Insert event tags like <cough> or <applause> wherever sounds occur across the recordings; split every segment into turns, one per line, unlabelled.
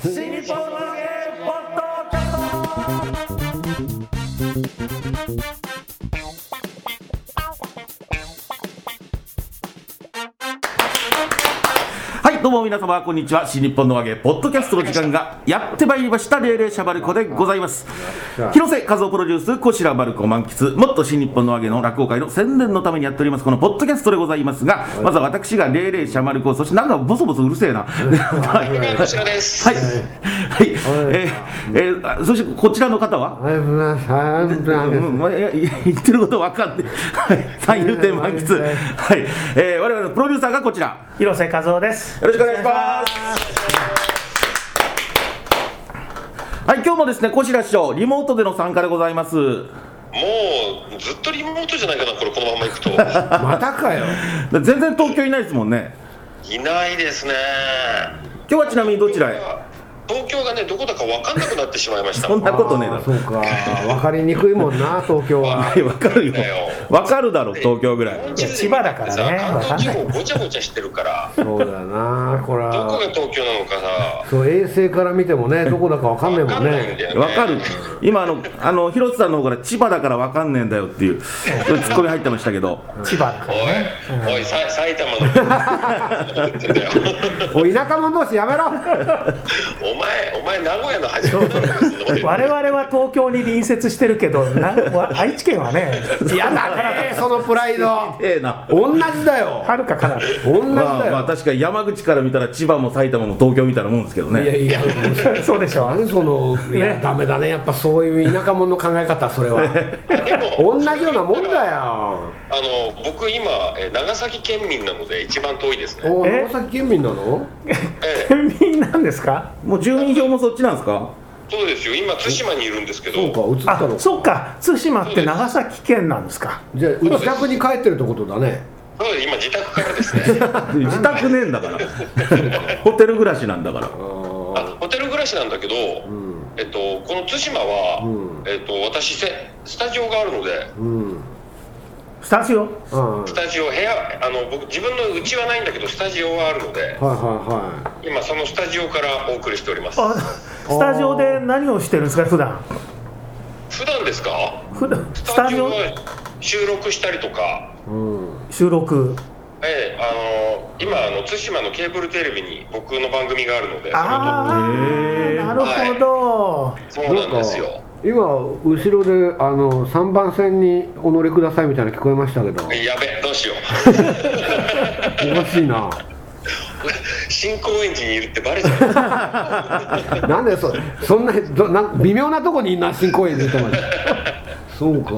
新日本の芸ポッドキャストはいどうも皆様こんにちは新日本の芸ポッドキャストの時間がやってまいりました霊霊シャバルコでございます広瀬和夫プロデュースこしらバルコ満喫もっと新日本の芸の落語会の宣伝のためにやっておりますこのポッドキャストでございますがまずは私が霊霊シャバルコそしてなんかボソボソうるせえな
はい、こちらです。
はい、はい、えーえー、そしてこちらの方は、
はい、ぶなさい、ぶな
う
です。
ん、まあいやいや言ってることわかんない、はい、三遊亭満喫、はい、えー、我々のプロデューサーがこちら、
広瀬和夫です。
よろしくお願いします。はい、今日もですね、こしら師匠、リモートでの参加でございます。
もうずっとリモートじゃないかな、これこのまま行くと。
またかよ。
全然東京いないですもんね。
いないですね。
今日はちなみにどちらへ。
東京がね、どこだか分かんなくなってしまいました。
そんなことねえだ
あー
ろ
そうか、わかりにくいもんな、東京は。
はい、わかるよ。わかるだろ、東京ぐらい。
い
や千葉だからね
関東地方ごちゃごちゃしてるから、ど
そうだな、これ
こが
は。
東京なのかさ。
そう、衛星から見てもね、どこだかわかんない
分
も
か
ん
んないん
ね。
だよね。
わかる今あのあの広瀬さんの方から千葉だからわかんねえんだよっていうそういうツッコミ入ってましたけど
千葉だか
お
らね。
い、おい、さ埼玉の。言ってんだよ
<laughs> おい、田舎者同士やめろ。
お前、お前名古屋の端っこだろそんなこと言って
我々は東京に隣接してるけど、なわ愛知県はね、
やだね、そのプライド。
ええな
同じだよ。
はるかから
同じ
まあ
だ
まあ
よ。
確かに山口から見たら千葉も埼玉も東京みたいなもんですけど
いや
ね
いや、
そうでしょ。
何その、いや、ダメだね、やっぱそういう田舎者の考え方、それは。
でも
同じようなもんだよ。
あの僕今え長崎県民なので一番遠いですね
お、
え
長崎県民なの。
ええ
県民なんですか
もう住民票もそっちなんです <laughs> か
そうですよ今対馬にいるんですけ
そう
ど
か、移った
あ
の、か。
そっか、対馬って長崎県なんですか。
じゃあ、自宅に帰ってるってことだね。
そうです今自宅からですね
自宅ねえんだからホテル暮らしなんだから
あホテル暮らしなんだけど、えっと、この対馬は、
う
えっと、私せスタジオがあるので
うん。
スタジオ
うん
スタジオ部屋あの僕自分の家はないんだけどスタジオはあるので
はいは
今そのスタジオからお送りしております
あスタジオで何をしてるんですか、普段
普段ですか
普段ス
スタ
タ
ジ
ジ
オ
オ
は収録したりとか
いはい。うん。
収録。
ええ、あの今あの対馬のケーブルテレビに僕の番組があるので
あ
へ
あ、
ー
なるほど。
それとそうなんですよ
今後ろであの三番線にお乗りくださいみたいなの聞こえましたけど、
やべどうしよう <laughs>
おかしいな。 <laughs>
新高円寺にいるってバレちゃう
なんでそそんなどなん微妙なとこにいんな新公園でとまで。そうか。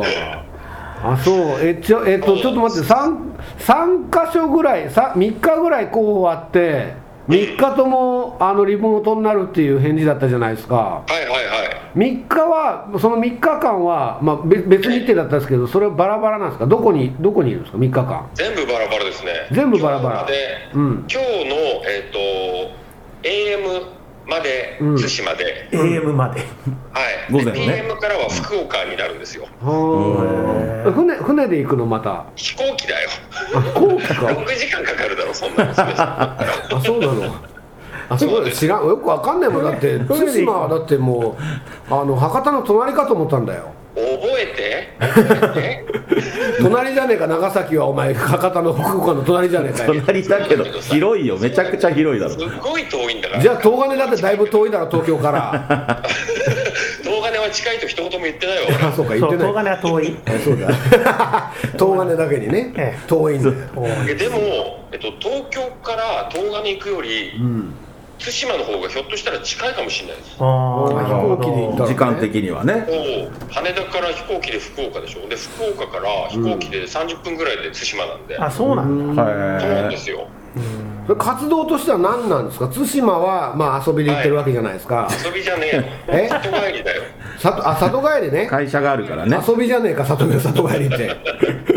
あそうえちょえっとちょっと待って三三箇所ぐらいさ三日ぐらい候補あって三日ともあのリモートになるっていう返事だったじゃないですか。
はいはいはい
3日は、その3日間は、まあ、べ別日程だったんですけど、それはバラバラなんですか、どこにどこにいるんですか、3日間。
全部バラバラですね
全部バラバラ
今日で、
うん
今日のえっ、と AM まで
うん
対馬で、
AM まで。
はい
午前ね
で PM からは福岡になるんですよ、
はあ船船で行くの、また、
飛行機だよ <laughs>
あ飛行機
6
か、
時間かかるだろそんなのは
あそうなの、あそうだ知らん、よくわかんないもん、だって、
船で行く
対馬はだってもう、あの博多の隣かと思ったんだよ、
覚えて覚えて
<laughs> 隣じゃねえか、長崎はお前、博多の福岡の隣じゃねえかよ、
隣だけど広いよめちゃくちゃ広いだろ
すっごい遠いんだから
じゃあ、東金だって
<laughs>
だいぶ遠いだろ、東京から、
動画では近いと一言も言ってないわ
あ <laughs> そうか、言
そ
っ
う、
てな
東
い。
金は遠い。
あそうだ <laughs> 東金だけに
え
ね
え
遠いんだよ
俺でも、えっと、東京から東金行くより
うん
対馬の方がひょっとしたら近いかもしれないです
あー
まあ
なる
飛
ほ
行機で行った
ど。
時間的にはね
おう羽田から飛行機で福岡でしょで福岡から飛行機で30分ぐらいで対馬なんで、
あ、そうなんだ。
そうなん
は
で
い
すよ
それ活動としては何なんですか対馬はまあ遊びで行ってるわけじゃないですか、
遊びじゃね
え
えよ里帰りだよ
里あ里帰りね
会社があるからね
遊びじゃねえか里帰里帰りって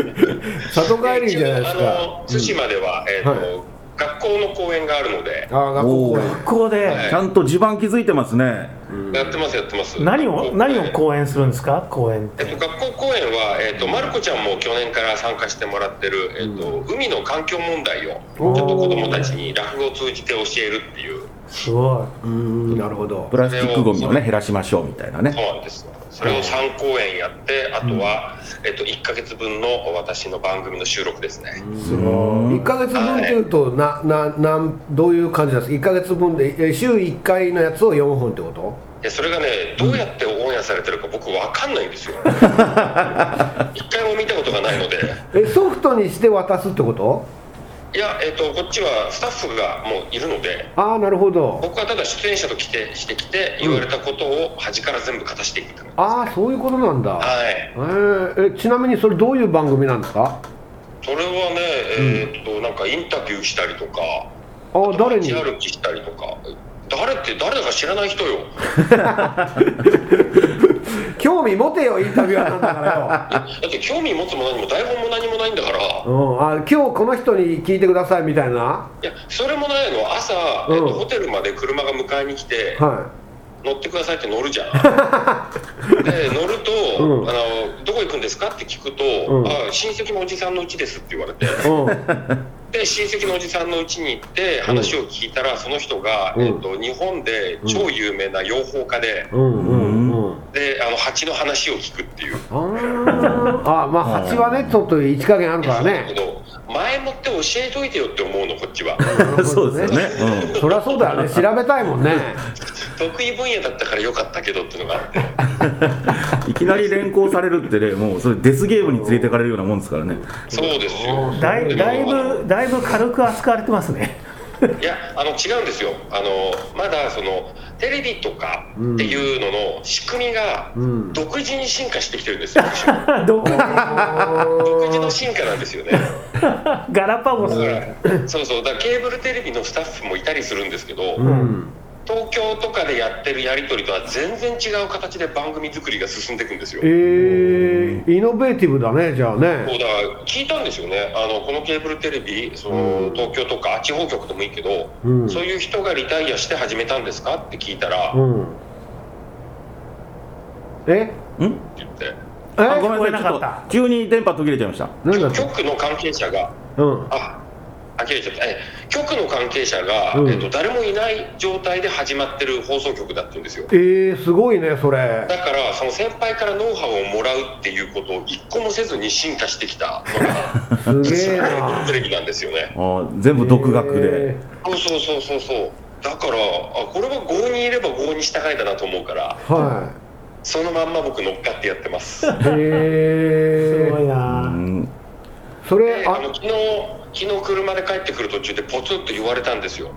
里帰りじゃないですか
あの対馬では、えっと
は
学校の公演があるので
ああ学校公
お
園
ここで。
ちゃんと地盤築いてますね
やってますやってます
何を何を
こ
講演するんですか講演っ
えっと、
て
学校公演は、えっと、まる子ちゃんも去年から参加してもらってる、えっと、海の環境問題をちょっと子どもたちに落語を通じて教えるっていう
すご
うんなるほど
プラスチックごみをね減らしましょうみたいな
そ
ね
うなんですよそれを3公演やってあとは、えっと、1か月分の私の番組の収録ですね、
1か月分っていうとなななんどういう感じなんですか1か月分でえ週1回のやつを4本ってこと
でそれがねどうやってオンエアされてるか僕わかんないんですよ一回も見たことがないので
えソフトにして渡すってこと
いや、えっと、こっちはスタッフがもういるので
ああなるほど
僕はただ出演者と来てしてきて言われたことを端から全部片していくって感じ
ああそういうことなんだ、
はい
えーえちなみにそれどういう番組なんですか
それはねえっと、なんかインタビューしたりとか
あー誰に
街歩きしたりとか誰って誰だか知らない人よ
興味持てよインタビュアーなんだから
だって興味持つも何も台本も何もないんだから
よ、 <laughs> うん、あ今日この人に聞いてくださいみたいない
やそれもないの朝、
うん
えっと、ホテルまで車が迎えに来て、
は
乗ってくださいって乗
<laughs>
るじゃんで乗ると、
うん
あの「どこ行くんですか?」って聞くと「
うん
あ親戚のおじさんの家です」って言われて
い、うん、
で親戚のおじさんの家に行って話を聞いたら、その人が、
うん
えっと、日本で超有名な養蜂家で、
うんうんうん
であの蜂の話を聞くっていう。
あーあまあ蜂はねちょっと位置加減あるから
だけ
ね
ど前もって教えといてよって思うのこっちは
そうですよね、うん
そりゃそうだよね調べたいもんね
得意分野だったからよかったけどっていうのがあっ
<laughs>
て
いきなり連行されるってね、もうそれデスゲームに連れてかれるようなもんですからね。
そうですよ
い。だいだいぶだいぶ軽く扱われてますね。 <laughs>
いやあの違うんですよあのまだそのテレビとかっていうのの仕組みが
ん
独自に進化してきてるんです
<laughs>
よ、
どう
独自の進化なんですよね
ガラパゴス
だ。からそうそうだからケーブルテレビのスタッフもいたりするんですけど、
うん
東京とかでやってるやり取りとは全然違う形で番組作りが進んでいくんですよ
えー、イノベーティブだねじゃあ
そう
ね
だから聞いたんですよねあのこのケーブルテレビその、
うん
東京とか地方局でもいいけど、
うん
そういう人がリタイアして始めたんですかって聞いたら、
う
って
んえ
ん
言って
え
あごめんなさい、ちょ
聞こえな
っ
かった
と急に電波途切れちゃいました。
なんだっ
局の関係者が
たうん
ああ切れちゃったえ局の関係者が、
うん
えっと、誰もいない状態で始まってる放送局だって言うんですよ
えー、すごいねそれ
だからその先輩からノウハウをもらうっていうことを一個もせずに進化してきたのが
すげえな
テレビなんですよね
あー全部 <laughs> 独学で。
そうそうそうそうそうだからあこれは郷にいれば郷に従えだなと思うから
えーは
そのまんま僕乗っかってやってます
いへ
す
え
ごい
うん
な。
それ
であ
あ
の昨日昨日車で帰ってくる途中でポツンと言われたんですよ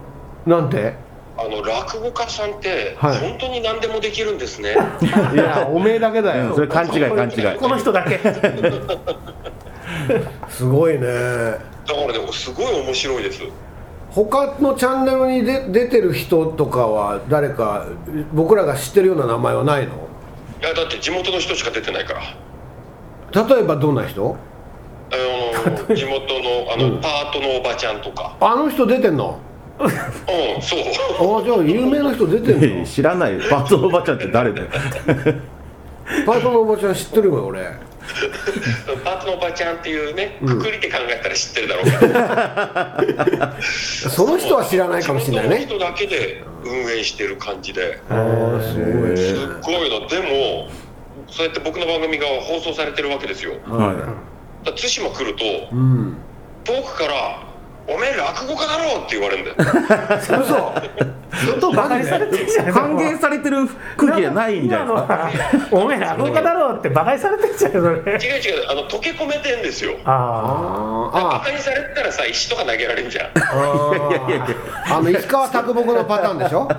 なんて
あの落語家さんって
はい
本当に何でもできるんで
<laughs>
すね、
いやおめえだけだ
うんそれ
よ
勘違い勘違い
この人だけ。
すごいね
だからねすごい面白いです
他のチャンネルにで出てる人とかは誰か僕らが知ってるような名前はないの
いやだって地元の人しか出てないから
例えばどんな人
あ
<laughs>
の地元のあの、パートのおばちゃんとか
あの人出てんの
うんそう <laughs>
ああじゃあ有名な人出てん
え
の
知らない、バツおばちゃんって誰だよ。
パイソンのおばちゃん知ってるよ俺
パートのおばちゃんっていうねくくりで考えたら知ってるだろうけど、
その人は知らないかもしれない
地
ね
元の人だけで運営してる感じで
ああすごい
すっごいなでもそうやって僕の番組が放送されてるわけですよ
は
だから対馬来ると
うん
遠くから「おめえ落語家だろ!」って言われるんだよ
嘘
ちょっとバカにされてるじゃ
い、
ん。
還元されてる空気じゃないんじゃないですか。
今のはおめえ落語家だろうって馬鹿にされてるじゃんそれ。
違う違うあの溶け込めてんですよ
あ
バ
あ
カにされてたらさ石とか投げられん
<laughs>
じゃん
ああああの石川啄木のパターンでし <laughs> ょ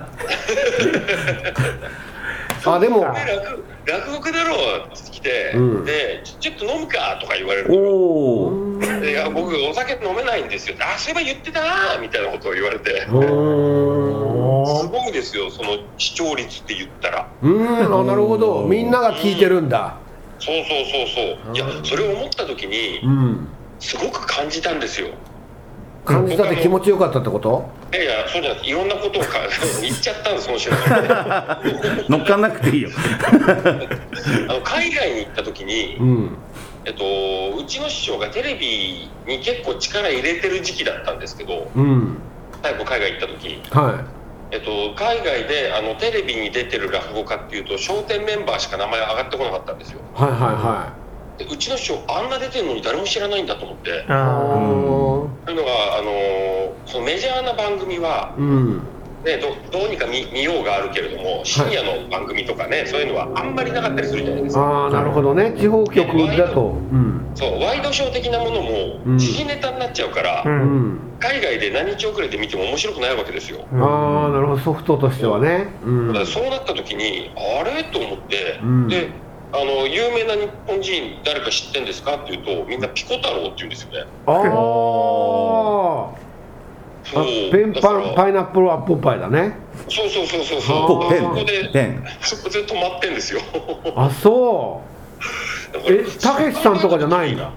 あでも
おめえ落落語家だろって来て、
うん
でち「ちょっと飲むか」とか言われる
おお、
でいや僕お酒飲めないんですよ」あそういえば言ってたな」みたいなことを言われて
うーん
すごいですよその視聴率って言ったら
うーんあなるほどみんなが聞いてるんだ
そうそうそうそういやそれを思った時に
うん
すごく感じたんですよ
感じたって気持ちよかったってこと
いやいやそうじゃなくていろんなことをか <laughs> 言っちゃったんですその人があ
乗っかんなくていいよ。
の海外に行った時に、
うん
えっと、うちの師匠がテレビに結構力入れてる時期だったんですけど
うん
最後海外行った時、
は
ええっと、海外であのテレビに出てる落語家っていうと笑点メンバーしか名前上がってこなかったんですよ
はいはいは
でうちの師匠あんな出てるのに誰も知らないんだと思って
い
あ
あ
というのが、あのーそのメジャーな番組は
ー、うん
ね、どどうにか見見ようがあるけれども深夜の番組とかね、そういうのはあんまりなかったりするじゃないですか
ああなるほどね地方局だとうん
そうワイドショー的なもの
うん
も時事ネタになっちゃうから、
ーう
うんん
海外で何日遅れて見ても面白くないわけですよ、
ああなるほどソフトとしてはねうん
だからそうなった時にあれと思って、
うん
であの有名な日本人誰か知ってんですかって言うとみんなピコ太郎って言うんですよね
あー
そ
あ
う
ペン
だか
パ
ら
ンパイナップルアップルパイだね
そうそうそうそう
あ
そう
こうペ
そこ
ン、ペ
で
ン。
そこで止まってんですよ
あそう
だから
えたけしさんとかじゃないんだ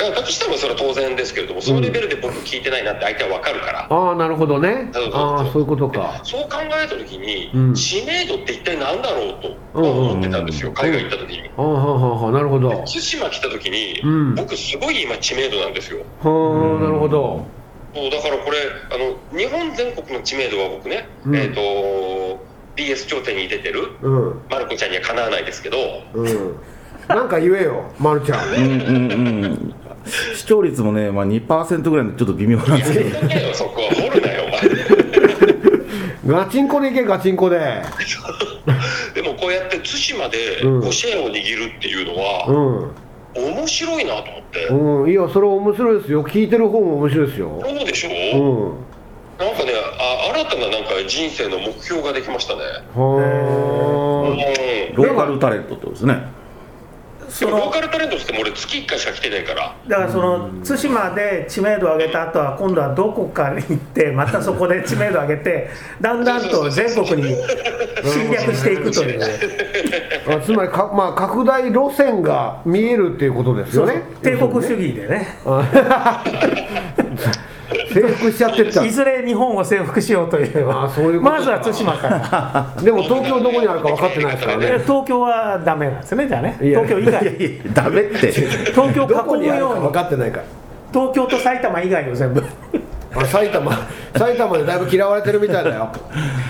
いやだとしてもそれは当然ですけれどもそのレベルで僕聞いてないなって相手は分かるから、
ああなるほどね
そうそうそう
ああそういうことか
そう考えた時に、
うん
知名度って一体何だろうと思ってたんですよ、
うん
海外行った時に
ああはあはあはあなるほどは
対馬来た時に、
うん
僕すごい今知名度なんですよ
あなるほど
そうだからこれあの日本全国の知名度は僕ね、
うん
えっ、と BS 頂点に出てる
うん
まる子ちゃんにはかなわないですけど
うんなんか言えよまるちゃん
うんうんうん。視聴率もね、まあ2%ぐらいのちょっと微妙なんですけど。
やめとけよそこは掘るなよお前
ガチンコでいけガチンコで
でもこうやって対馬で
うん
ご支援を握るっていうの
う
は、面白いなと思って、
んうんいやそれ面白いですよ聞いてる方も面白いですよ
そうでしょ、
うん
なんかねあ新たななんか人生の目標ができましたねうん
は
で
ローカルタレントってことですね。
そ
もロー
の
カルタレントしても俺月1回しか来てないから
だからその対馬で知名度を上げた後は今度はどこかに行ってまたそこで知名度を上げてだんだんと全国に侵略していくという
ああつまりか、まあ、拡大路線が見えるっていうことですよね
帝国主義でね
征服しちゃってっちゃ
いずれ日本を征服しようという
あーそういうことか
まずは対馬から
うでも東京どこにあるか分かってないですから
いや
ね
東京はダメなんですねじゃあね
いや
東京以外
ダメって。
東京
どこ
を囲
に
む
ある
よ
か
う
分
に
かってないか
東京と埼玉以外を全部
らあ埼玉 <laughs> 埼玉でだいぶ嫌われてるみたいだよ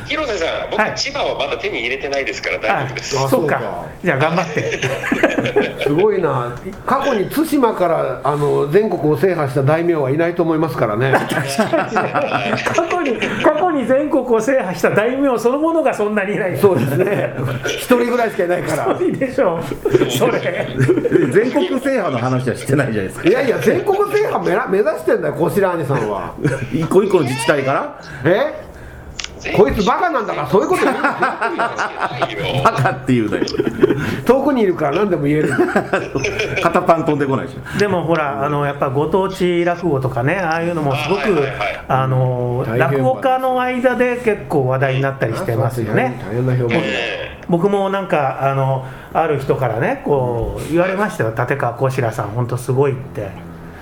広瀬さん僕、
はい
千葉はまだ手に入れてないですから大丈夫です
あ
そう
そうか
かじゃあ頑張
<laughs>
って
すごいな過去に対馬からあの全国を制覇した大名はいないと思いますからね
過去に過去に全国を制覇した大名そのものがそんなにいな
<laughs>
い
そうですね一人ぐらいしかいないから
いいでしょうそ
<laughs>
れ
全国制覇の話はしてないじゃないですか。
いやいや全国制覇目ら目指してんだよこしら兄さんは
一個一個の自治体から
えこいつバカなんだからそういうこと言う
ないよ
バカって言うだよ。
<laughs> 遠くにいるから何でも言える
片パン飛んでこないし。
でもほらあのやっぱご当地落語とかねああいうのもすご
あはいは
く
いはい
あの
大変
落語家の間で結構話題になったりしてますよね
大変な評判
え
僕もなんかあのある人からねこう言われましたよ立川こしらさん本当すごいって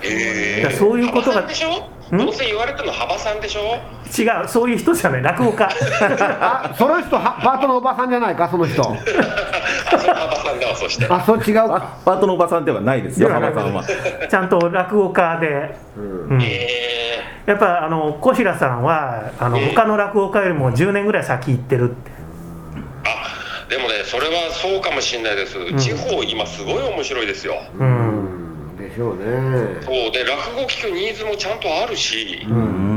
ええ
いやそういうことが
幅さんでしょどうせ言われたの幅さんでしょ <laughs>
違うそういう人じゃない落語家
あその人はパートのおばさんじゃないかその人
あそれ幅さんだわそして
あそう違うか
あ、パートのおばさんではないですよ、
ではな
浜
い
さんは。
ちゃんと落語家で、うん
ええ
やっぱあの小平さんはあの
ええ
他の落語家よりも10年ぐらい先行ってるって
あでもねそれはそうかもしれないです、地方今すごい面白いですよ、
うん
うんでしょうね
そうで落語聞くニーズもちゃんとあるし、
う
あ
ん。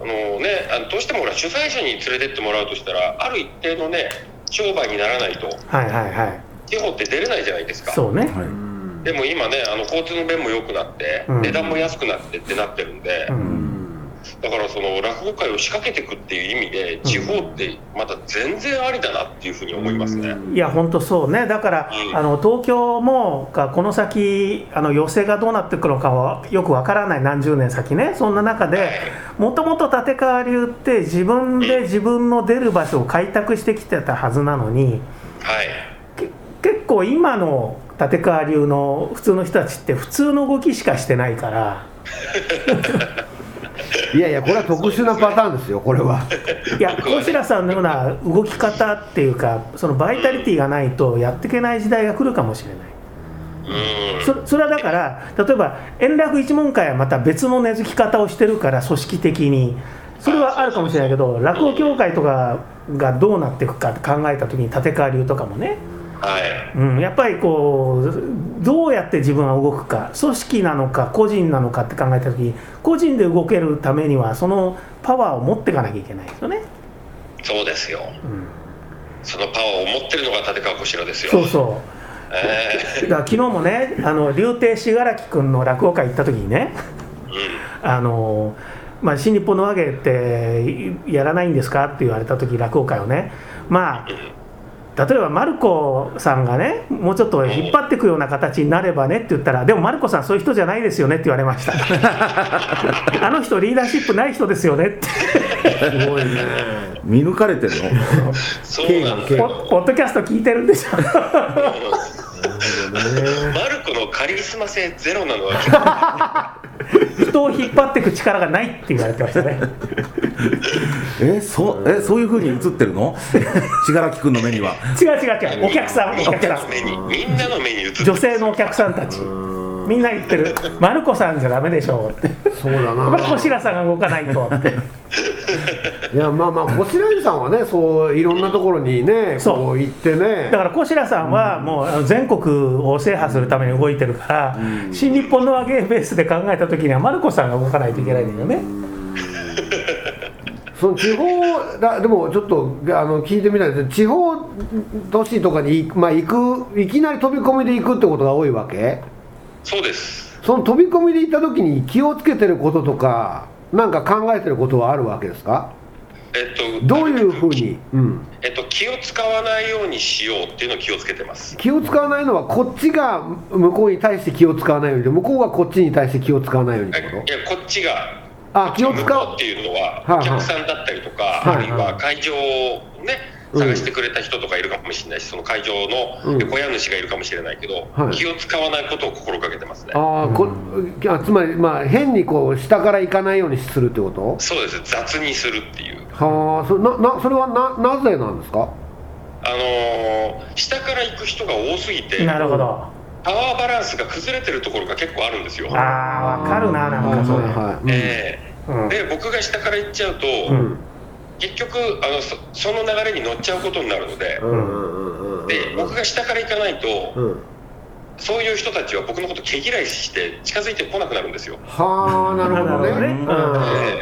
のねあのどうしてもほら主催者に連れてってもらうとしたらある一定のね商売にならないと
はいはいはい
地方って出れないじゃないですか
そうね
はい
うん
でも今ねあの交通の便も良くなって、
うん
値段も安くなってってなってるんで、
う
うんん
だからその落語界を仕掛けていくっていう意味で地方ってまだ全然ありだなっていうふうに思いますね、
いや本当そうねだから、
うん
あの東京もかこの先あの寄席がどうなっていくのかはよくわからない何十年先ねそんな中でもともと立川流って自分で自分の出る場所を開拓してきてたはずなのに
はい
け結構今の立川流の普通の人たちって普通の動きしかしてないから
いやいやこれは特殊なパターンですよこれ
<laughs>
はい
や小白さんのような動き方っていうかそのバイタリティがないとやっていけない時代が来るかもしれない。
うん
そそれはだから例えば円楽一門会はまた別の根付き方をしてるから組織的にそれはあるかもしれないけど落語協会とかがどうなっていくか考えた時に立川流とかもね、
はい
うん、やっぱりこうどうやって自分は動くか組織なのか個人なのかって考えた時に個人で動けるためにはそのパワーを持っていかなきゃいけないですよね、
そうですよ
うん、
そのパワーを持ってるのが立川こしらですよ
そうそう
え <laughs>
だから昨日もねあの竜亭信楽君の落語会行った時にね
えうん
あのまあ、新日本の話芸っていやらないんですかって言われた時落語会をねまあ例えばマルコさんがねもうちょっと引っ張っていくような形になればねって言ったらでもマルコさんそういう人じゃないですよねって言われました
<laughs>
あの人リーダーシップない人ですよねって
すごいね
見抜かれてるの
そうなんです
ポ
よ
ポッドキャスト聞いてるんでしょ
マルコのカリスマ性ゼロなのは結構
人を引っ張っていく力がないって言われてましたね
えそうえそういうふうに映ってるの信楽君の目には
違う違う違うお客さんお
みん
客
な
さ
の
ん
目にみんなの目に映って
女性のお客さんたちみんな言ってる「マルコさんじゃダメでしょ」って
そうだ
「やっぱり
な
小白さんが動かないと」って
いやまあまあ星来さんはねそういろんなところにね
そう
こう行ってね
だから小白さんはもうあの全国を制覇するために動いてるから新日本の和芸ベースで考えた時にはマルコさんが動かないといけないんだよね
その地方だでもちょっとあの聞いてみたいです地方都市とかに行く,、まあ、行くいきなり飛び込みで行くってことが多いわけ
そうです
その飛び込みで行った時に気をつけてることとかなんか考えてることはあるわけですか
えっと
どういうふうに、うん、
えっと気を使わないようにしようっていうのを気をつけてます
気を使わないのはこっちが向こうに対して気を使わないようにで向こうがこっちに対して気を使わないようにっ
いや
てこと
こっちが
あ気を使
向こう
う
っていうのは、
はいはい
お客さんだったりとか、
はいはい
あるいは会場をね探してくれた人とかいるかもしれないしその会場
うん
の小屋主がいるかもしれないけど、
はい
気を使わないことを心がけてますね
あーこあつまり、まあ、変にこう下から行かないようにするってこと
そうです雑にするっていう
はあそななそれはななぜなんですか
あのー下から行く人が多すぎて
なるほど
パワーバランスが崩れてるところが結構あるんですよ
ああわかるななんかそれ、
はいはいはい
え
うん
えで僕が下から行っちゃうと、
うん
結局あのそその流れに乗っちゃうことになるので、
うんうんうんうん
で僕が下から行かないと、
うん
そういう人たちは僕のこと毛嫌いして近づいてこなくなるんですよ、
はあなるほどね
<laughs> なるほどねうん
え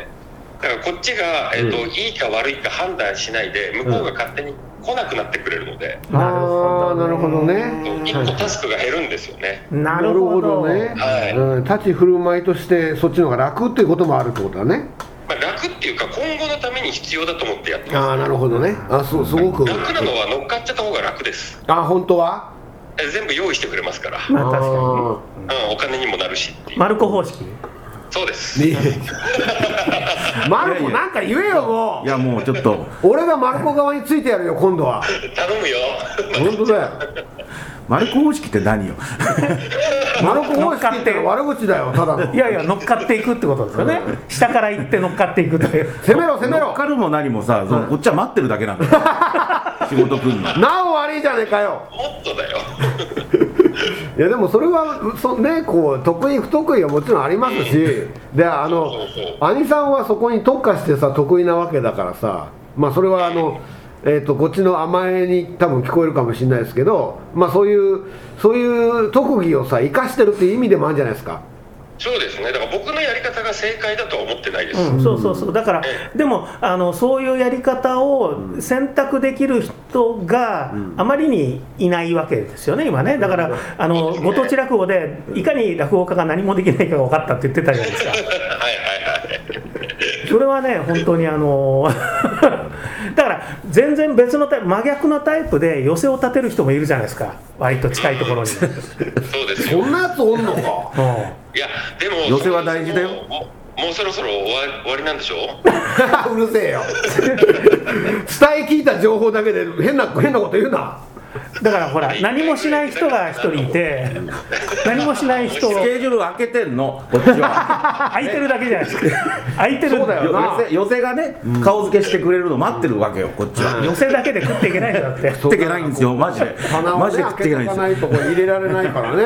えだからこっちが、えっと
う
いいか悪いか判断しないで向こうが勝手に来なくなってくれるので、
あーなるほどね
そう一個タスクが減るんですよね、
なるほど
なる
ね
ほどね、
はい
うん、立ち振る舞いとしてそっちの方が楽っていうこともあるってことだね
まあ、楽っていうか今後のために必要だと思ってやって
ああ
ま
なるほどねあそうすごく
す楽なのは乗っかっちゃった方が楽です
あ本当は
え全部用意してくれますから、うん、
まあ確かにね
お金にもなるしっていう
マルコ方式
そうです
にマルコなんか言えよも
いやもうちょっと
う俺がマルコ側についてやるよ今度は
頼むよ <laughs>
本当だよ
丸子方式って何よ
マルコ方式ってのは悪口だよただの
いやいや乗っかっていくってことですよね下から行って乗っかっていくという
攻めろ攻
乗
め
っ
ろ
かるも何もさ、そのこっちは待ってるだけなんだよ仕事くんの
なお悪いじゃねえかよ
もっとだよ
いやでもそれはそねこう得意不得意はもちろんありますしであの
そうそう
兄さんはそこに特化してさ得意なわけだからさまあそれはあのえー、とこっちの甘えに多分聞こえるかもしれないですけど、まあ、そういうそういう特技をさ生かしてるっていう意味でもあるんじゃないですか
そうですねだから僕のやり方が正解だと <laughs> は思ってないです、
うん、そうそうそうだからでもあのそういうやり方を選択できる人があまりにいないわけですよね今ねだからあのご当地落語でいかに落語家が何もできないかが分かったって言ってたじゃないですか
はいはいはい
それはね本当にあの <laughs> だから全然別のタイプ真逆のタイプで寄せを立てる人もいるじゃないですか割と近いとこ <laughs> ろに。
そうですよ
そんなやつおんのか
う
いやでも
寄せは大事だよ
もうもうそろそろ終わ終わりなんでしょ
<laughs> うるせえ <laughs> よ伝え聞いた情報だけで変な変なこと言うなん
だからほら何もしない人が一人いて何もしない人
スケジュール開けてんのこっちは
空いてるだけじゃないですか空いてる
そうだよな
よ寄せ寄せがね顔付けしてくれるの待ってるわけよこっちは
寄せだけで食っていけないんだって
食っていけないんですよマジで
棚を
マジ
ね
で食
開
っ
け
ていけ
て
ないん
おか
ですよ
ないとこれ入れられないからね、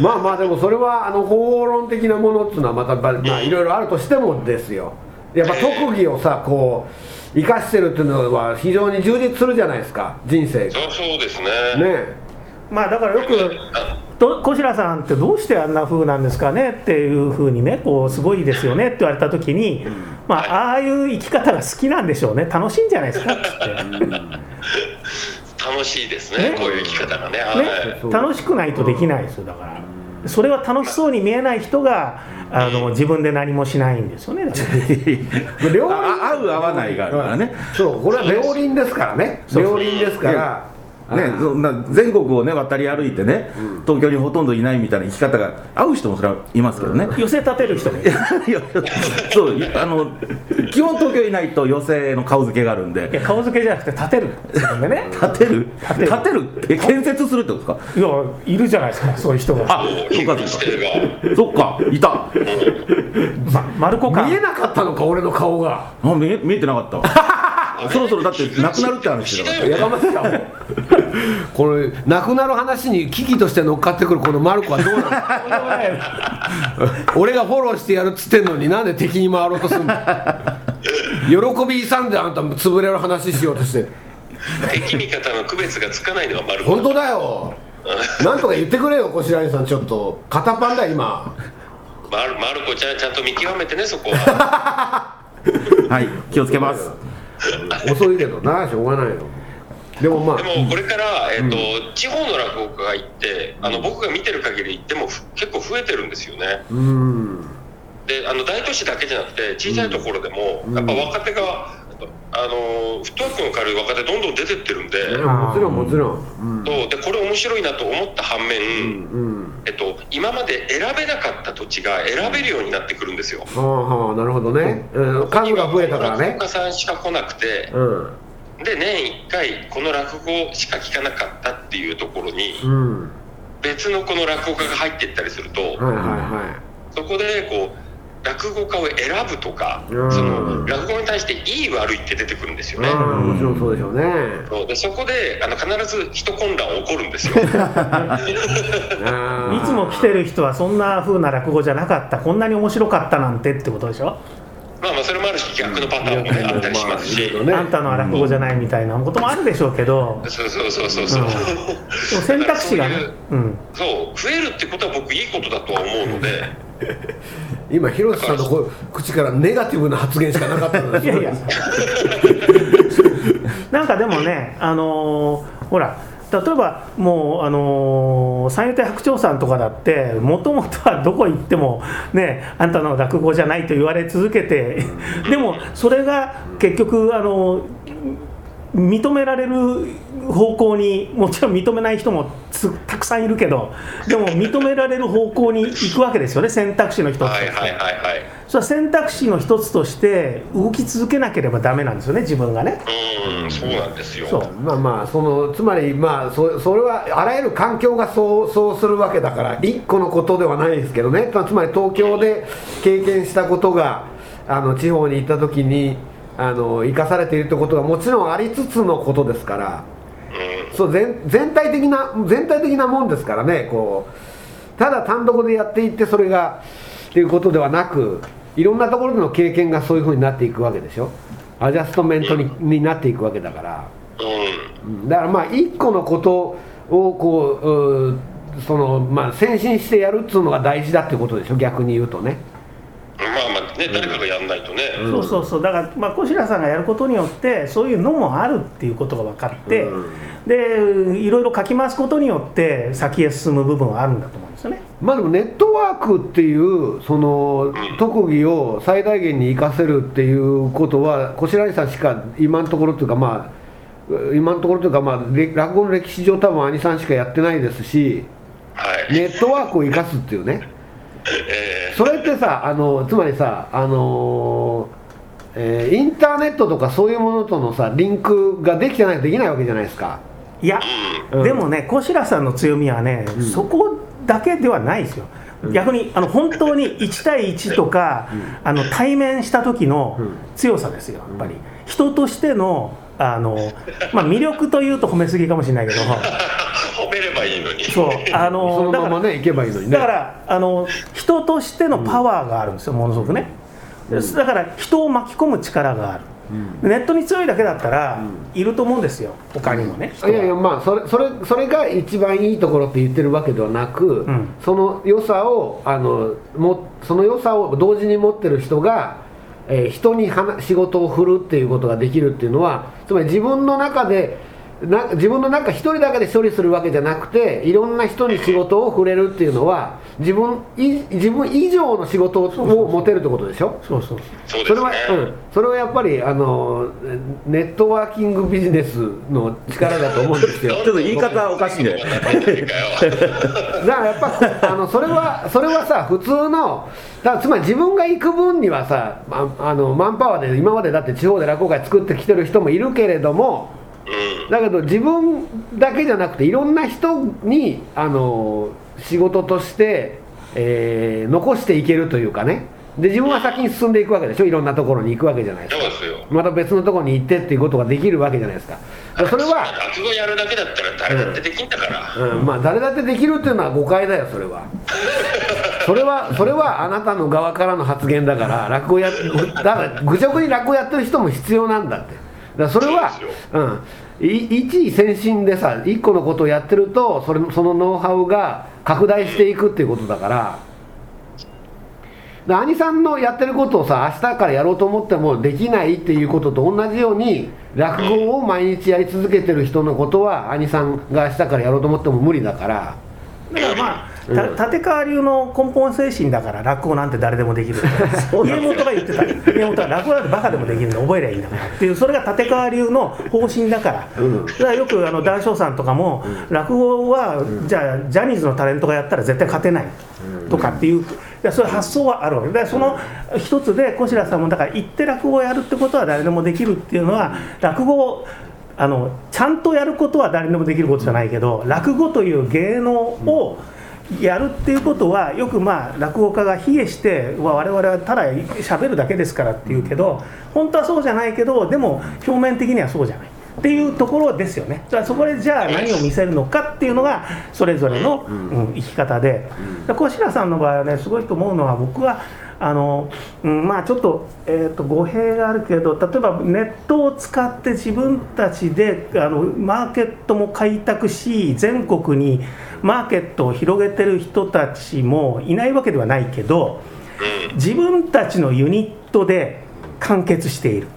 まあまあでもそれはあの方論的なものっていうのはまたばまあいろいろあるとしてもですよやっぱ特技をさこう生かしてるっていうのは非常に充実するじゃないですか人生
そ
が
りゃそうですね。
ね
まあだからよく
あ
ど小白さんってどうしてあんな風なんですかねっていう風にねこうすごいですよねって言われた時に、まあ、ああいう生き方が好きなんでしょうね楽しいんじゃないですかっつって、
楽しいですね
ね
こういう生き方がね。
ね
は
そう
楽しくないとできないですよだからそれは楽しそうに見えない人があの自分で何もしないんですよねだから
え両輪
あ合う合わないがあるからね。
そうこれは両輪ですからね
そうそ
両
う
輪ですから
ね、そんな全国をね渡り歩いてね、東京にほとんどいないみたいな生き方が合う人もそれはいますけどね、
寄せ立てる人もいる
<laughs> いやそうあの基本東京いないと余生の顔付けがあるん
い
で
や顔付けじゃなくて立てる自分でね
立てる
てる
立てるえ建設するってことですか
いやいるじゃないですかそういう人が、
あ
い。
そっか
もう引っ越し
そ
てるが。
っかそっかいた
ま、マルコ感
見えなかったのか俺の顔が
あ見え見えてなかったそろそろだってなくなるって話だから
やかましいわもう <laughs> これなくなる話に危機として乗っかってくるこのマルコはどうなの <laughs> 俺がフォローしてやるっつってんのになんで敵に回ろうとするの <laughs> 喜び勇んであんた潰れる話しようとして
敵味方の区別がつかないのが丸子
本当だよなんとか言ってくれよ小白井さんちょっと片パンだよ今
まるまる子ちゃんちゃんと見極めてねそこ
<laughs>
は
はい気をつけます
遅いけどなしょうがないよでもまあ
でもこれから、えっと地方の落語家が行ってあの僕が見てる限り行ってもふ結構増えてるんですよね
うん
であの大都市だけじゃなくて小さいところでも、やっぱ若手があのフットワークの軽い若手どんどん出てってるんで,、
いやもちろんもちろん
そうでこれ面白いなと思った反面、
うん、うん、
えっと、今まで選べなかった土地が選べるようになってくるんですよ
はあはあなるほどね、うん、数が増えたからね
落語家さんしか来なくて
うん
で年1回この落語しか聞かなかったっていうところに
うん
別のこの落語家が入っていったりすると
はいはいは
そこでこう落語家を選ぶとかそ
うん
の落語に対していい悪いって出てくるんですよ
い
ね。
ああもちろんそうでしょうね
そうでそこであの必ず人混乱起こるん
<laughs>
ですよ。
ああ
いつも来てる人はそんな風な落語じゃなかったこんなに面白かったなんてってことでしょ、
まあまあそれもあるし逆のパターンもねあったりしますし。
ね
あんたのは落語じゃないみたいなこともあるでしょうけど、
そうそうそうそうそう
うん。でも選択肢がね
だからそういう
うん、
そう増えるってことは僕いいことだとは思うので。
今広瀬さんの声口からネガティブな発言しかなかったのです <laughs>
いやいやなんかでもねあのーほら例えばもうあのー三遊亭白鳥さんとかだってもともとはどこ行ってもねあんたの落語じゃないと言われ続けて <laughs> でもそれが結局あのー認められる方向にもちろん認めない人もつたくさんいるけどでも認められる方向に行くわけですよね選択肢の一つと
は
し
い
て
はいはいはい。
それは選択肢の一つとして動き続けなければダメなんですよね自分がね
うんそうなんですよ。
そう
まあまあそのつまりまあそそれはあらゆる環境がそうそうするわけだから一個のことではないですけどねまあつまり東京で経験したことがあの地方に行った時にあの生かされているってことがもちろんありつつのことですからそう全全体的な全体的なもんですからねこうただ単独でやっていってそれがっていうことではなくいろんなところでの経験がそういうふうになっていくわけでしょアジャストメントにになっていくわけだから。
うん
うんだからまあ一個のことをこううーそのまあ先進してやるっつうのが大事だってことでしょ逆に言うとね
まあまあね誰かがやんないとね。
そうそうそうだから、まあ、小白さんがやることによってそういうのもあるっていうことが分かって、
うん
でいろいろかき回すことによって先へ進む部分はあるんだと思うんですよね
まあでもネットワークっていうその特技を最大限に活かせるっていうことはこしらえさんしか今のところというかまあ今のところというかまあれ落語の歴史上多分兄さんしかやってないですし
はい。
ネットワークを生かすっていうね
え
それってさあのつまりさあのーえーインターネットとかそういうものとのさリンクができてないとできないわけじゃないですか
いや、
うん
でもね小白さんの強みはね、そこだけではないですよ逆にあの本当に1対1とか、あの対面した時の強さですよやっぱり、
<laughs>
人としてのあの、まあ、魅力というと褒めすぎかもしれないけど
褒めればいいのに。
そうあ
そ
の
の
だか
まま
ら
ね行けばいいのにね
だからあの人としてのパワーがあるんですよ、ものすごくね、だから人を巻き込む力がある、ネットに強いだけだったら、いると思うんですよ他にもね、人
いやいやまあそれそれそれが一番いいところって言ってるわけではなく、
ん
その良さをあのもその良さを同時に持ってる人が、えー人に話仕事を振るっていうことができるっていうのはつまり自分の中でな自分の中一人だけで処理するわけじゃなくていろんな人に仕事を振れるっていうのは自分い自分以上の仕事を持てるってことでしょ
そうそうそ
そ
う
う
そ
です
れ
ね
は、。うん、それはやっぱりあのネットワーキングビジネスの力だと思うんです
<laughs>
よ
ょっと言い方おかしいね
だからやっぱあのそれはそれはさ普通のだからつまり自分が行く分にはさまあのマンパワーで今までだって地方で落語会作ってきてる人もいるけれども
うん。
だけど自分だけじゃなくていろんな人にあの仕事として、えー残していけるというかねで自分は先に進んでいくわけでしょいろんなところに行くわけじゃないですか
そうです
<laughs>
よ。
また別のところに行ってっていうことができるわけじゃないですかだからそれは、
落語やるだけだったら誰だってできんだから。
うん、まあ誰だってできるっていうのは誤解だよそれはそれはそれはあなたの側からの発言だから落語やだから愚直に落語やってる人も必要なんだってだからそれは
そうで
うんい一位先進でさ一個のことをやってるとそれそのノウハウが拡大していくっていうことだからで兄さんのやってることをさ明日からやろうと思ってもできないっていうことと同じように落語を毎日やり続けてる人のことは兄さんが明日からやろうと思っても無理だから
だからまあ、た立川流の根本精神だから落語なんて誰でもでき <laughs> る家元が言ってた家元は落語なんてバカでもできるんで覚えりゃいいんだからっていうそれが立川流の方針だから、だからよくあの談笑さんとかも、落語は、じゃあジャニーズのタレントがやったら絶対勝てないとかっていう、いやそういう発想はあるわけでその一つで小白さんもだから行って落語をやるってことは誰でもできるっていうのは落語をあのちゃんとやることは誰でもできることじゃないけど落語という芸能をやるっていうことはよくまあ落語家が卑下してうわ我々はただ喋るだけですからっていうけど本当はそうじゃないけどでも表面的にはそうじゃないっていうところですよねだからそこでじゃあ何を見せるのかっていうのがそれぞれの、うん生き方でで小白さんの場合はねすごいと思うのは僕はあの、うん、まあちょっと,、えー、と語弊があるけど例えばネットを使って自分たちであのマーケットも開拓し全国にマーケットを広げてる人たちもいないわけではないけど自分たちのユニットで完結している。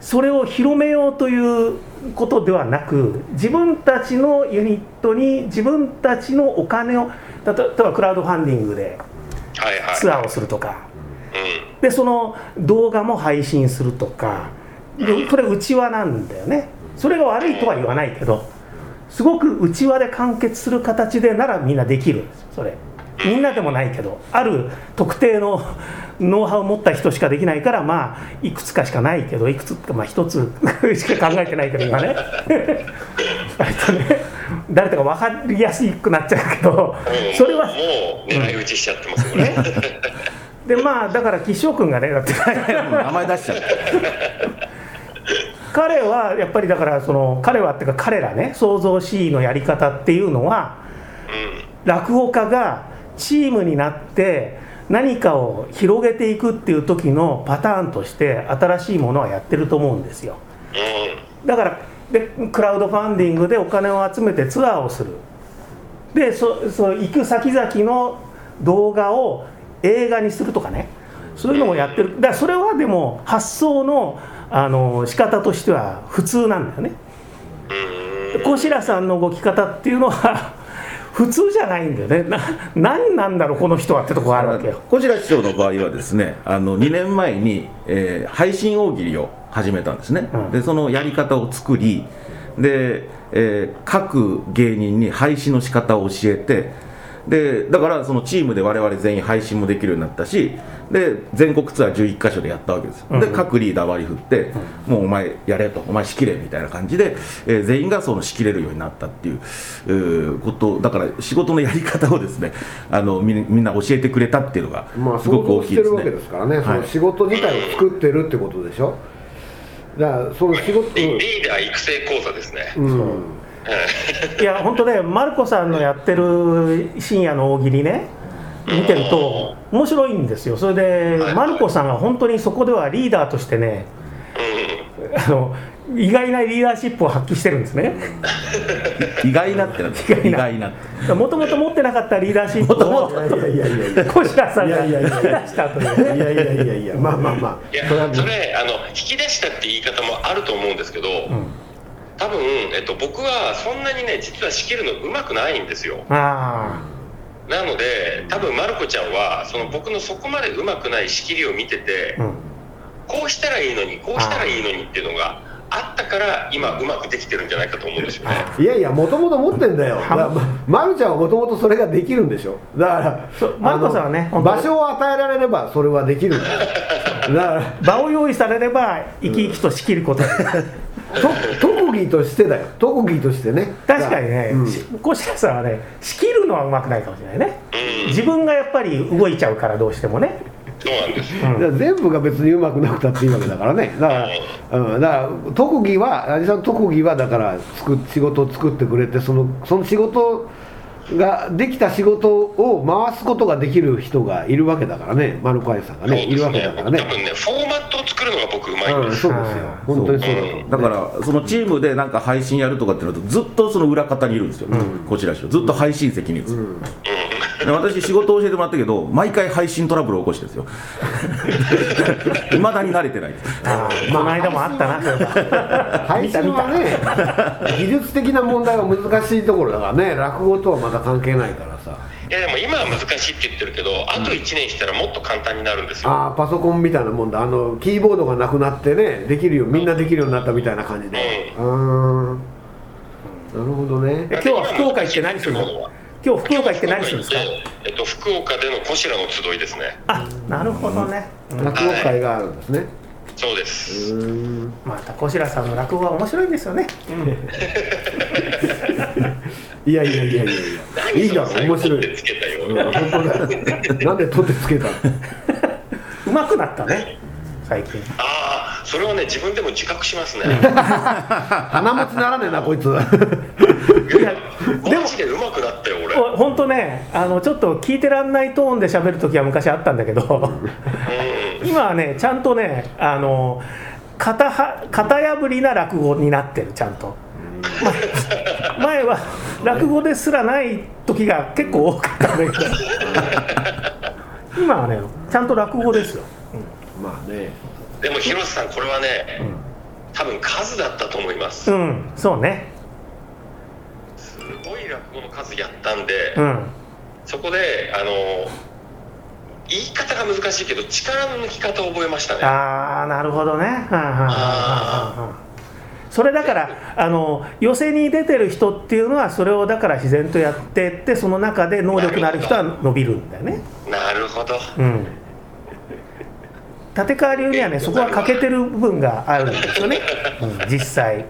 それを広めようということではなく自分たちのユニットに自分たちのお金を例え例えばクラウドファンディングで
はいはい。
ツアーをするとか
うん。
でその動画も配信するとかでそれ内輪なんだよねそれが悪いとは言わないけどすごく内輪で完結する形でならみんなできるそれみんなでもないけどある特定の <laughs> ノウハウを持った人しかできないからまあいくつかしかないけどいくつかまあ一つ <laughs> しか考えてないけど今ね <laughs> 割とね誰とか分かりやすくなっちゃうけど
うん
それは
もうもう狙い撃ちしちゃってます。これ
ねでまあだから岸尾君がねだって
名前出しちゃう
彼はやっぱりだからその彼はっていうか彼らね創造 C のやり方っていうのは落語家がチームになって何かを広げていくっていう時のパターンとして新しいものはやってると思うんですよ
うん。うん。
だからでクラウドファンディングでお金を集めてツアーをするでそその行く先々の動画を映画にするとかねそういうのもやってるだからそれはでも発想のあの仕方としては普通なんだよねで小白さんの動き方っていうのは <laughs> 普通じゃないんだよねな何なんだろうこの人はってとこがあるわけよ
こちら師匠の場合はですねあの2年前に、えー配信大喜利を始めたんですね、
うん
でそのやり方を作りで、えー各芸人に配信の仕方を教えてでだからそのチームで我々全員配信もできるようになったしで全国ツアー11カ所でやったわけですよで各リーダー割り振って、もうお前やれとお前仕切れみたいな感じで、えー全員がその仕切れるようになったっていうえーことだから仕事のやり方をですねあのみみんな教えてくれたっていうのが
まあ
す
想
ごく大
像し
きい
て
です
るわ
ね
けですからね、そ
はい
の仕事自体を作ってるってことでしょだからその仕事、
リリーダー育成講座ですね。
うん、
いや本当ねマルコさんのやってる深夜の大喜利ね見てると面白いんですよそれでマルコさんが本当にそこではリーダーとしてねあの意外なリーダーシップを発揮してるんですね
意外なってな
<laughs>
って意
意
外
外
なっ
もともと持ってなかったリーダーシップを
いやいやいやいや
小白さんが
いやいや
出
いや
したという
い
ね
やいやいやいやまあまあまあ
いや
それは
それあの引き出したって言い方もあると思うんですけど、多分、えっと、僕はそんなにね実は仕切るのうまくないんですよ
あ
なので多分まる子ちゃんはその僕のそこまでうまくない仕切りを見てて、
あ、うん、
こうしたらいいのにこうしたらいいのにっていうのがあったから今うまくできてるんじゃないかと思うんですよね
いやいやもともと持ってんだよ、だま、まるちゃんはもともとそれができるんでしょだから
そうまるこさんはね
あの
本当に
場所を与えられればそれはできるんだよだから
場を用意されれば生き生きと仕切ること、
と特技としてだよ特技としてね
確かにね、
うん
し小白さんはね仕切るのはうまくないかもしれないね
うん
自分がやっぱり動いちゃうからどうしてもね、
そうなんですよ
う
だか
ん
ら全部が別にうまくなくたっていいわけだからねだから,、うん、だから特技は兄さんの特技はだから作っ仕事を作ってくれてそのその仕事ができた仕事を回すことができる人がいるわけだからねマルコアイさんが
そう
ねい
で
る
す
わけだ
ね
から
僕多
ね
分ねフォーマットを作るのが僕うまいん
う
で
ん、
す、
そうですよ本当にそうだと思う
だからそのチームでなんか配信やるとかってなるとずっとその裏方にいるんですよ、こちらでしょずっと配信席にいるんですよ、で私仕事を教えてもらったけど毎回配信トラブルを起こしてるんですよいまだに慣れてないです
あーこの間もあったな
配信はね技術的な問題は難しいところだからね落語とはまた関係ないからさ
いやでも今は難しいって言ってるけどあと1年したらもっと簡単になるんですよ、
ああパソコンみたいなもんだあのキーボードがなくなってねできるよみんなできるようになったみたいな感じでうーんなるほどね
今日は福岡行って何するの今日福岡行って何するんですか
えっと、福岡でのコシラの集いですね。
あなるほどね、うん
落語会があるんですね
そうで
う
す。
ーん
また小白さんの落語は面白いんですよね、
いやいやいやいやいやいいだろ面白い
取ってつけたよ。
うん本当だよなんで取ってつけたの
うまくなったね最近
ああ、それはね、自分でも自覚しますね。
鼻持ちならねえなこいつ <laughs>
いやでも
マジで上手くなったよ、俺。うん。
お本当ねあのちょっと聞いてらんないトーンで喋る時は昔あったんだけど今はねちゃんとねあの型は型破りな落語になってるちゃんとま前は落語ですらない時が結構多かったんだけど今はねちゃんと落語ですよ
まあね
でも、広瀬さん、これはね、多分数だったと思います。
うんそうね
すごい落語の数やったんで、
うん
そこで、あの、言い方が難しいけど、力の抜き方を覚えましたね。
ああなるほどねはいはいはいはいはいそれだからあの寄席に出てる人っていうのはそれをだから自然とやってってその中で能力のある人は伸びるんだよね
なるほど。
うん立川流にはねそこは欠けてる部分があるんですよね、うん実際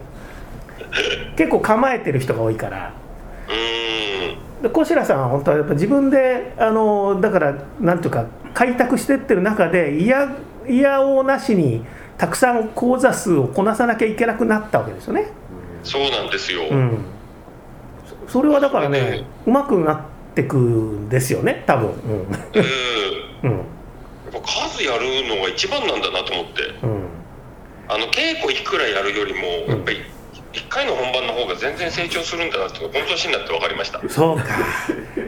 結構構えてる人が多いから
うーん。
で小白さんは本当はやっぱ自分であのだからなんていうか開拓してってる中でいやいやおうなしにたくさん講座数をこなさなきゃいけなくなったわけですよね。
そうなんですよ。
うん、そそれはだからねうまくなってくんですよね多分。
うん
うんうん
やっぱ数やるのが一番なんだなと思って
うん
あの稽古いくらやるよりもやっぱり一回の本番の方が全然成長するんだなっていうのがこの年になって分かりました
そう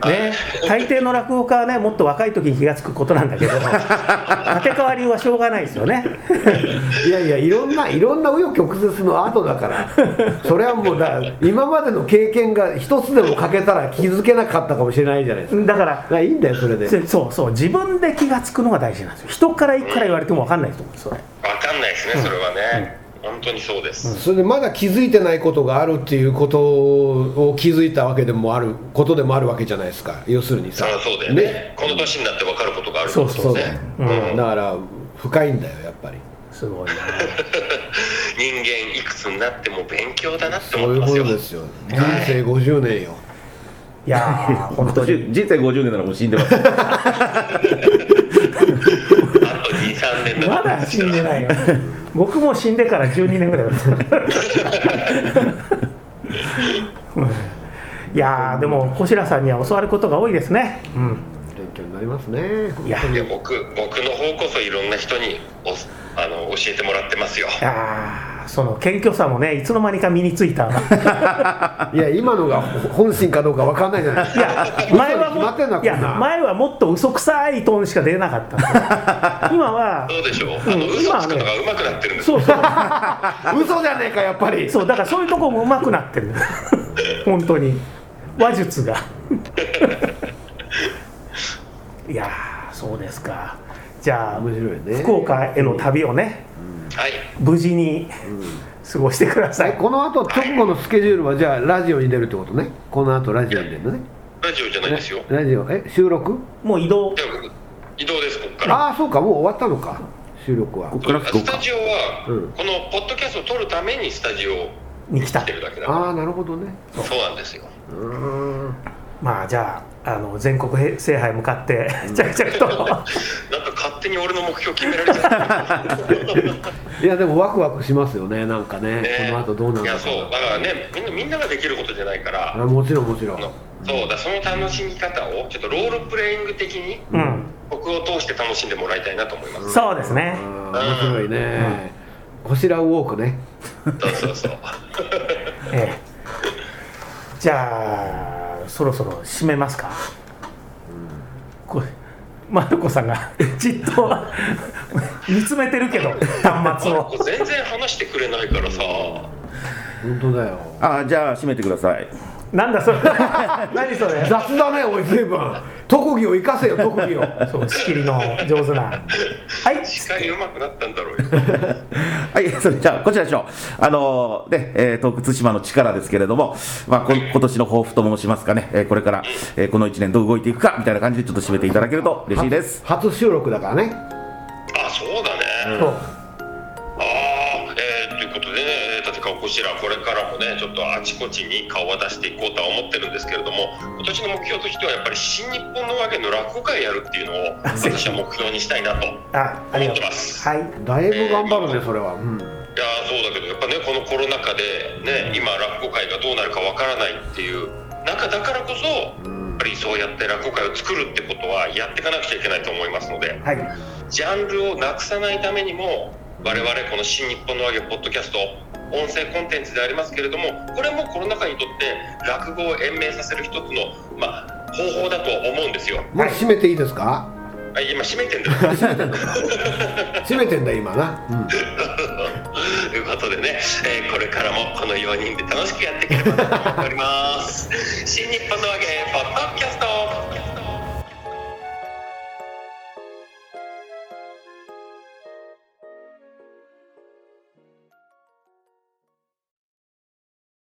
か、ね、大抵の落語家はね、もっと若い時に気がつくことなんだけど、 <laughs> 立川流はしょうがないですよね。 <laughs>
いやいやいろんないろんな紆余曲折の後だからそれはもうだ今までの経験が一つでも欠けたら気づけなかったかもしれないじゃないですか
だから
だ、からいいんだよそれで
せそうそう自分で気が付くのが大事なんですよ人からいくら言われても分かんないと思うんですそれ
分かんないですねそれはね本当にそうです
それでまだ気づいてないことがあるっていうことを気づいたわけでもあることでもあるわけじゃないですか要するに
そ
さ
りゃそうだよねこの年になって分かることがあるってこと
そう
で
だ
す
よ
ね、
うんだから深いんだよやっぱり
すごいな
人間いくつになっても勉強だなっ
そ
て
う
思っ
いう
てま
こ
すよ
とですよ人生50年よ
いやー本当に
人生50年ならもう死んでます
あと23年
まだ死んで <laughs> ないよ僕も死んでから12年ぐらいだいやーでも小白さんには教わることが多いですね、うん、
勉強になりますね
いや
いや僕僕の方こそいろんな人におあの教えてもらってますよ
いやーその謙虚さもねいつの間にか身に
<laughs>
ついたい
いや今のが本心かどうかわかんないじゃないですか
や
嘘に
前は
決まってん
も
な
っいや
こんな
前はもっと嘘くさいトーンしか出なかった
<laughs>
んですよ今は
どうでしょう、
ん
あの嘘
今
つ
は
くの
ね
が上手くなってるんです
そうそう
嘘じゃねえかやっぱり
そうだからそういうとこも上手くなってる <laughs> 本当に話
<laughs>
術がいやーそうですかじゃあ
面白いね
福岡への旅をね
はい
無事に過ごしてくださ
え
い、
この後直後のスケジュールはじゃあラジオに出るってことねこの後ラジオに出るのね
ラジオじゃないですよ
ラジオえ収録
もう移動
では僕移動ですここから
ああそうかもう終わったのか収録は
ここから福
ス
岡
タジオは、
うん
このポッドキャストを撮るためにスタジオ
に来た
してるだけだか
ああなるほどね
らそうなんですよ
うーん
まあじゃああの全国制覇へ向かって着々と
なんか勝手に俺の目標決められちゃった
いやでもワクワクしますよねなんかね
ね
<laughs> この後どうなるの
いや
か
そうだからねみんなみんなができることじゃないから、
あもちろんもちろん
あのそうだその楽しみ方をちょっとロールプレイング的に
うん
僕を通して楽しんでもらいたいなと思い
<laughs>
ます、
そうですね
あー面白いね、こしらウォークね
そうそうそう
ええじゃあそろそろ締めますか、こマルコさんがじっと見つめてるけど端末を
これ全然話してくれないからさ
本当だよ
あじゃあ閉めてください
なんだそれ何それ
雑だねおい随分特技を生かせよ特技を
そう仕切りの上手なはい
司会上手くなったんだろうよ
<laughs>
はい、それじゃあ、こちらでしょう。あのー、ね、えー、東津島の力ですけれども、まあ、こ今年の抱負と申しますかね、えーこれから、えーこの1年どう動いていくか、みたいな感じでちょっと締めていただけると <laughs> 嬉しいです。
初収録だからね
あそうだね、
そう
ああえー、ということでね立川こしらこれからもねちょっとあちこちに顔は出していこうとは思ってるんですけれども今年の目標としてはやっぱり新日本のわけの落語会やるっていうのを私は目標にしたいなとい
あありがとうはい
だいぶ頑張るねそれは、うん、
やーそうだけどやっぱねこのコロナ禍でね今落語会がどうなるかわからないっていう中だからこそやっぱりそうやって落語会を作るってことはやっていかなくちゃいけないと思いますので
はい
ジャンルをなくさないためにも我々この「新日本の和げポッドキャスト音声コンテンツでありますけれどもこれもコロナ禍にとって落語を延命させる一つの、まあ、方法だと思うんですよ。
もう閉めていいですか
あ今閉めてんだよ <laughs>
閉めてんだ今な、うん
ということでね、えーこれからもこの4人で楽しくやっていければと思っております。新日本の和げポッドキャスト